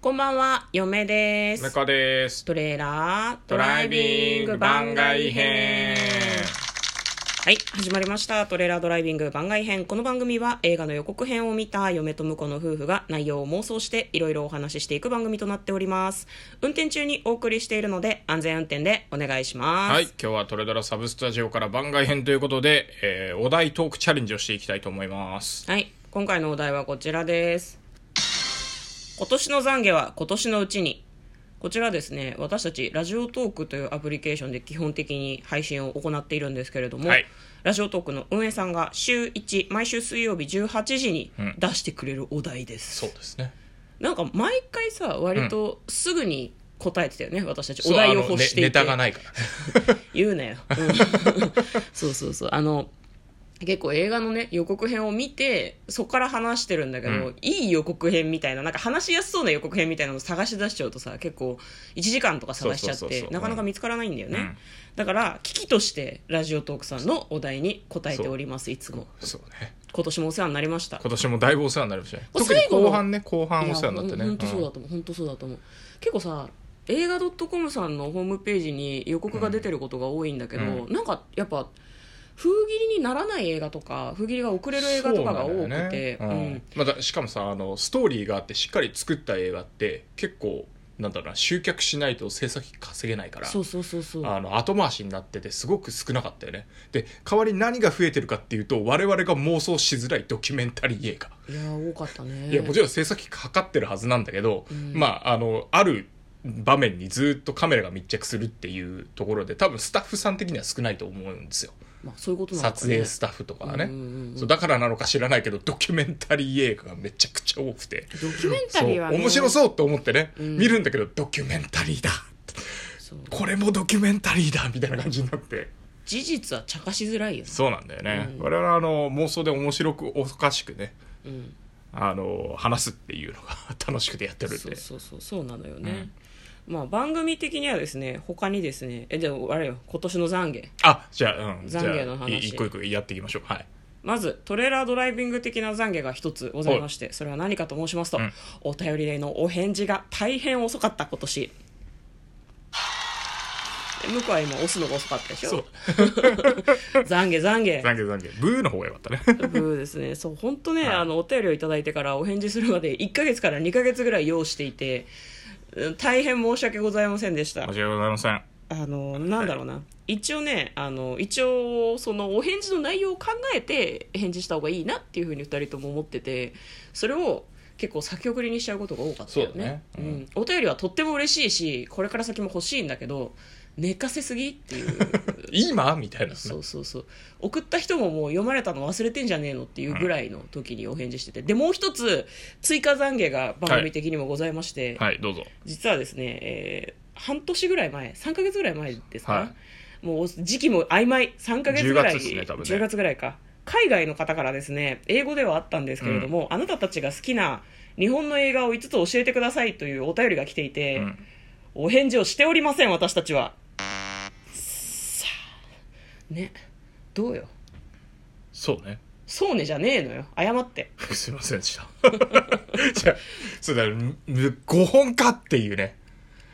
こんばんは、嫁です。中です。トレーラードドライビング番外編。はい、始まりました。トレーラードライビング番外編。この番組は映画の予告編を見た嫁と婿の夫婦が内容を妄想していろいろお話ししていく番組となっております。運転中にお送りしているので安全運転でお願いします。はい、今日はトレドラサブスタジオから番外編ということで、えーお題トークチャレンジをしていきたいと思います。はい、今回のお題はこちらです。今年の懺悔は今年のうちに。こちらですね、私たちラジオトークというアプリケーションで基本的に配信を行っているんですけれども、はいラジオトークの運営さんが週1、毎週水曜日18時に出してくれるお題です。そうですね。なんか毎回さ、割とすぐに答えてたよね、私たち。そうお題をあの欲していて。ねネタがないからね。言うなよ、 そうそうそうあの結構映画のね予告編を見てそこから話してるんだけど、うんいい予告編みたいななんか話しやすそうな予告編みたいなのを探し出しちゃうとさ結構1時間とか探しちゃってそうそうそうそうなかなか見つからないんだよね、うんだから危機としてラジオトークさんのお題に答えておりますいつもそうね。今年もお世話になりました今年もだいぶお世話になりましたね。これ特に最後の後半ね、後半お世話になってね。本当そうだんと思う本当そうだと思う結構さ映画 .com さんのホームページに予告が出てることが多いんだけど、うなんかやっぱ封切りにならない映画とか封切りが遅れる映画とかが多そうくなんだてよねうんまたしかもさあのストーリーがあってしっかり作った映画って結構なんだろうな集客しないと制作費稼げないからそうそうそうそうあの後回しになっててすごく少なかったよねで代わりに何が増えてるかっていうと我々が妄想しづらいドキュメンタリー映画、いやー多かったねいやもちろん制作費かかってるはずなんだけど、うんまああのある場面にずっとカメラが密着するっていうところで多分スタッフさん的には少ないと思うんですよまあ、そういうことなのかね撮影スタッフとかはね、うんうんうんうんそうだからなのか知らないけどドキュメンタリー映画がめちゃくちゃ多くてドキュメンタそうリーはね面白そうと思ってね、うん見るんだけどドキュメンタリーだそうこれもドキュメンタリーだみたいな感じになって。事実は茶化しづらいよねそうなんだよね、うん我々はあの妄想で面白くおかしくねうんあの話すっていうのが楽しくてやってるんでそうそうそうそうなのよね、まあ番組的にはですね他にですねえでもあれよ今年の懺悔あじゃあ、うん、じゃあ懺悔の話い一個一個やっていきましょうはいまずトレーラードライビング的な懺悔が一つございましてそれは何かと申しますと、うんお便りでのお返事が大変遅かった今年で向こうは今押すのが遅かったでしそうょ懺悔懺悔懺悔懺悔ブーの方がよかったねブーですねそう本当ね、はいあのお便りをいただいてからお返事するまで1ヶ月から2ヶ月ぐらい用意していてうん大変申し訳ございませんでした申し訳ございませんあのなんだろうな、一応ねあの一応そのお返事の内容を考えて返事した方がいいなっていうふうに2人とも思っててそれを結構先送りにしちゃうことが多かったよねそうだねううんんお便りはとっても嬉しいしこれから先も欲しいんだけど寝かせすぎって いう今みたいなねそうそうそう送った人ももう読まれたの忘れてんじゃねえのっていうぐらいの時にお返事しててでもう一つ追加懺悔が番組的にもございまして、はいどうぞ実はですね、えー半年ぐらい前3か月ぐらい前ですか、はもう時期も曖昧3か月ぐらい10月ですね多分ね10月ぐらいか海外の方からですね英語ではあったんですけれども、あなたたちが好きな日本の映画を5つ教えてくださいというお便りが来ていて、うんお返事をしておりません私たちはさあねどうよそうねそうねじゃねえのよ謝ってすいませんでした じゃあそうだ5本かっていうね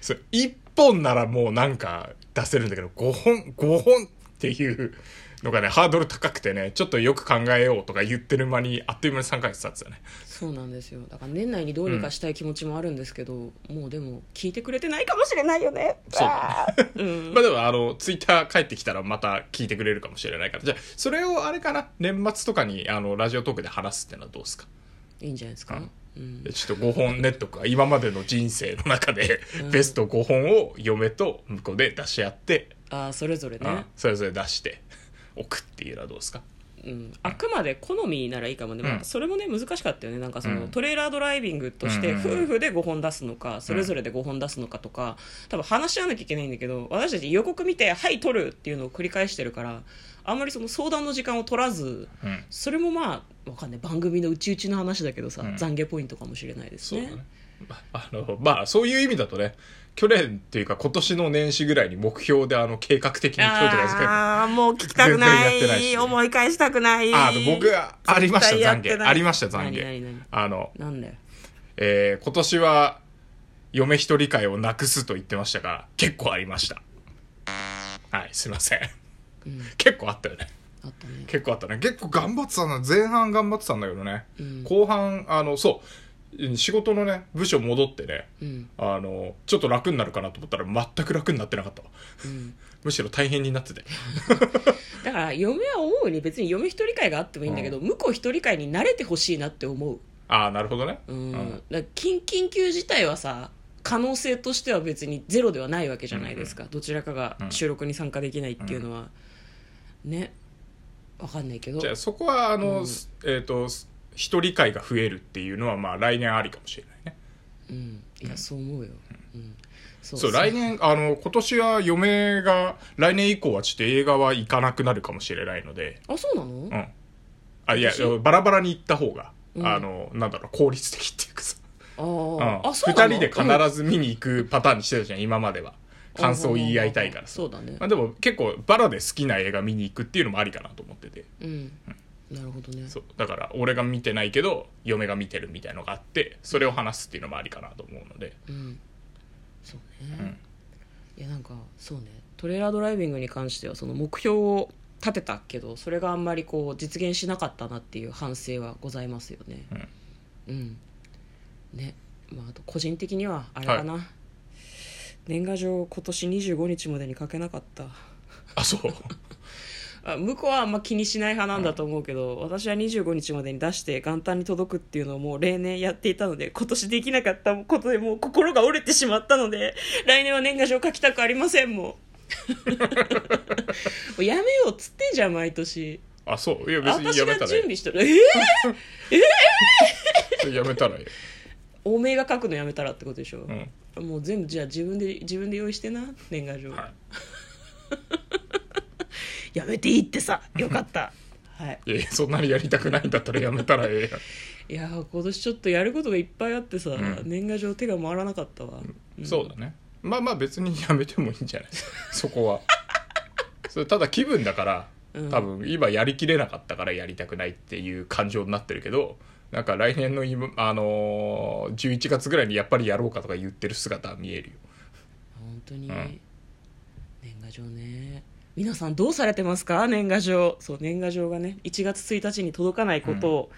そう1本ならもうなんか出せるんだけど5本5本っていうのがねハードル高くてねちょっとよく考えようとか言ってる間にあっという間に3ヶ月経ってたねそうなんですよだから年内にどうにかしたい気持ちもあるんですけど、もうでも聞いてくれてないかもしれないよねそうあーうんまあでもあのツイッター帰ってきたらまた聞いてくれるかもしれないからじゃあそれをあれかな年末とかにあのラジオトークで話すってのはどうですかいいんじゃないですか、うんでちょっと5本ネットか今までの人生の中でベスト5本を嫁と向こうで出し合ってああそれぞれうんね、それぞれ出して おくっていうのはどうですかうん、あくまで好みならいいかもね、まうあ、んそれもね難しかったよねなんかその、うんトレーラードライビングとしてうん夫婦で5本出すのかそれぞれで5本出すのかとか多分話し合わなきゃいけないんだけど私たち予告見て「はい撮る」っていうのを繰り返してるからあんまりその相談の時間を取らずうんそれもまあわかんない番組のうちうちの話だけどさ、うん懺悔ポイントかもしれないですそうねだねま あのまあそういう意味だとね去年っていうか今年の年始ぐらいに目標であの計画的に撮るとかですかああもう聞きたくない全然やってないし思い返したくないあの僕ありま絶した対やっ懺てない悔ありました懺何何何悔あのなんだよえー今年は嫁一人会をなくすと言ってましたが、結構ありました。はい、すいません。うん 結構あったよね。あったね結構あったね。結構頑張ってたな。前半頑張ってたんだけどね。うん後半、あの、そう、仕事のね、部署戻ってね、うんあの、ちょっと楽になるかなと思ったら全く楽になってなかったわ。うん むしろ大変になってて。だから嫁は思うに別に嫁一人会があってもいいんだけど、向こう一人会に慣れてほしいなって思うああ、なるほどね。うん、うんだから緊緊急事態はさ可能性としては別にゼロではないわけじゃないですか、どちらかが収録に参加できないっていうのは、ねわかんないけどじゃあそこはあの、うんすえっ、とす一人会が増えるっていうのはまあ来年ありかもしれないねうん、いやそう思うよ、うん、そそう来年あの今年は嫁が来年以降はちょっと映画は行かなくなるかもしれないのであそうなの、うんあいや私バラバラに行った方が、うんあのなんだろう効率的っていうかさ、あうん、ー、あそうな2の人でうん必ず見に行くパターンにしてたじゃん今までは感想を言い合いたいからさ、そうだねまあ、でも結構バラで好きな映画見に行くっていうのもありかなと思っててうんなるほどねそうだから俺が見てないけど嫁が見てるみたいのがあってそれを話すっていうのもありかなと思うのでうんそうね、うんいやなんかそうねトレーラードライビングに関してはその目標を立てたけどそれがあんまりこう実現しなかったなっていう反省はございますよねうん、ねまああと個人的にはあれかな、年賀状今年25日までに書けなかったあそうあ向こうはあんま気にしない派なんだと思うけど、私は25日までに出して元旦に届くっていうのをもう例年やっていたので今年できなかったことでもう心が折れてしまったので来年は年賀状書きたくありませ んもんもうやめようっつってんじゃん毎年あそういや別に私やがめたら準い備しとるえー、いやめたらいい、おめえが書くのやめたらってことでしょう、んもう全部じゃあ自分で自分で用意してな年賀状、はやめていいってさよかったはいい、いやいやそんなにやりたくないんだったらやめたらええやんいやー今年ちょっとやることがいっぱいあってさ、ん年賀状手が回らなかったわ、んそうだねまあまあ別にやめてもいいんじゃない そこはそれただ気分だからうん多分今やりきれなかったからやりたくないっていう感情になってるけどなんか来年の今、あのー11月ぐらいにやっぱりやろうかとか言ってる姿は見えるよ本当に、うん年賀状ね皆さんどうされてますか年賀状そう年賀状がね1月1日に届かないことを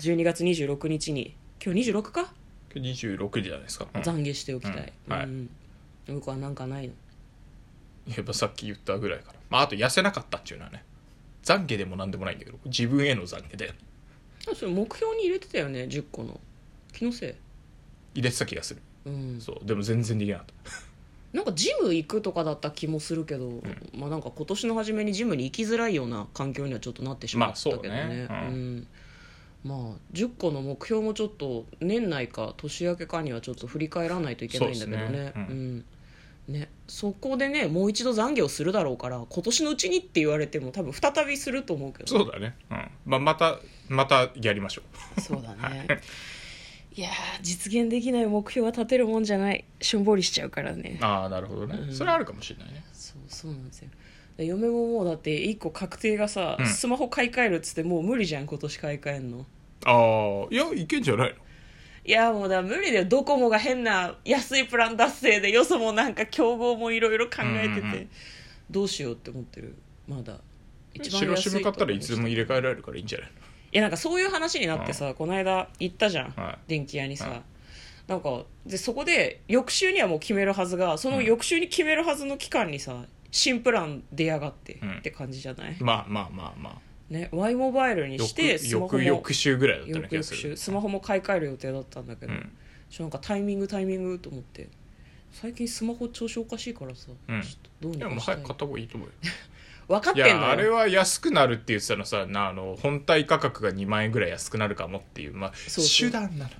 12月26日に今日26か、 26時じゃないですか、うん懺悔しておきたい、うんはいん向こうはなんかないのやっぱさっき言ったぐらいから、まあ、あと痩せなかったっていうのはね懺悔でも何でもないんだけど自分への懺悔であそれ目標に入れてたよね10個の気のせい入れてた気がするうんそうでも全然できなかったなんかジム行くとかだった気もするけど、まあなんか今年の初めにジムに行きづらいような環境にはちょっとなってしまったけどね,、、まあそうねうんまあ10個の目標もちょっと年内か年明けかにはちょっと振り返らないといけないんだけどそうねですねううんねそこでねもう一度懺悔をするだろうから今年のうちにって言われても多分再びすると思うけどそうだね、うんまあ、またまたやりましょそうだねいやー実現できない目標は立てるもんじゃないしょんぼりしちゃうからねうああなるほどね、うんそれあるかもしれないねそうそうなんですよで嫁ももうだって一個確定がさ、うんスマホ買い替えるっつってもう無理じゃん今年買い替えんのああいやいけんじゃないのいやもうだ無理だよドコモが変な安いプラン達成でよそもなんか競合もいろいろ考えてて、うんうんうんどうしようって思ってるまだ白安いシム買ったらいつでも入れ替えられるからいいんじゃないいやなんかそういう話になってさ、この間行ったじゃん、はい電気屋にさ、はいなんかでそこで翌週にはもう決めるはずがその翌週に決めるはずの期間にさ新プラン出やがって、うんって感じじゃないのまあまあまあまあね、Y モバイルによしてくスマよホもく翌週ぐらいだったような翌気々がする週スマホも買い替える予定だったんだけど、うんちょっとなんかタイミングタイミングと思って最近スマホ調子おかしいからさ、うんちょっといどやうにもうかした早いく買った方がいいと思うよ分かっいてんのやあれよは安くなるって言ってたのさなあの本体価格が2万円ぐらい安くなるかもっていうまあうそう手段なの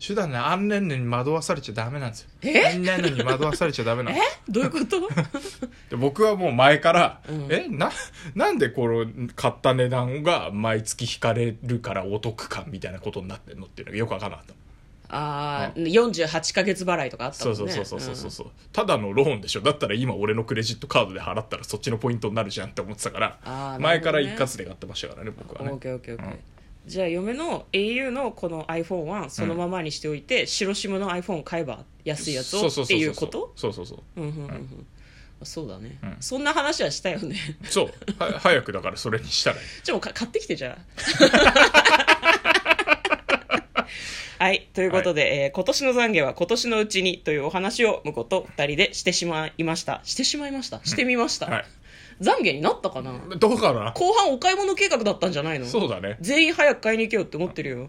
手段なのあんなのに惑わされちゃダメなんですよえあんなのに惑わされちゃダメなのどういうこと で僕はもう前から、うんえななんでこの買った値段が毎月引かれるからお得感みたいなことになってんのっていうのがよくわからなかったああ48か月払いとかあったそもうんねそうそうそうそうそう、うただのローンでしょだったら今俺のクレジットカードで払ったらそっちのポイントになるじゃんって思ってたかあーなるほどら、ね前から一括で買ってましたからね僕はうん、オねッケーオッケーオッケー、うんじゃあ嫁の au のこの iPhone はそのままにしておいて、白シムの iPhone 買えば安いやつをっていうことそうそうそううんうんうんうんそうだね、うんそんな話はしたよねそうは 早くだからそれにしたらいいちょっとか買ってきて じゃあはいということで、えー今年の懺悔は今年のうちに」というお話を婿と二人でしてしまいましたしてしまいましたしてみました、はい懺悔になったかなどうかな後半お買い物計画だったんじゃないのそうだね全員早く買いに行けよって思ってるよ、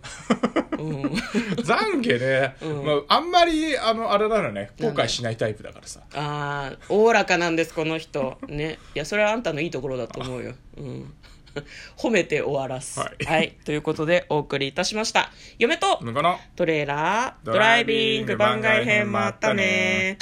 うん、 懺悔ね、うんまあ、あんまりあのあれなのね後悔しないタイプだからさああおおらかなんですこの人ねいやそれはあんたのいいところだと思うよ、うん、 褒めて終わらすははい、いということでお送りいたしました嫁とのかなトレーラードライビング番外編もあったね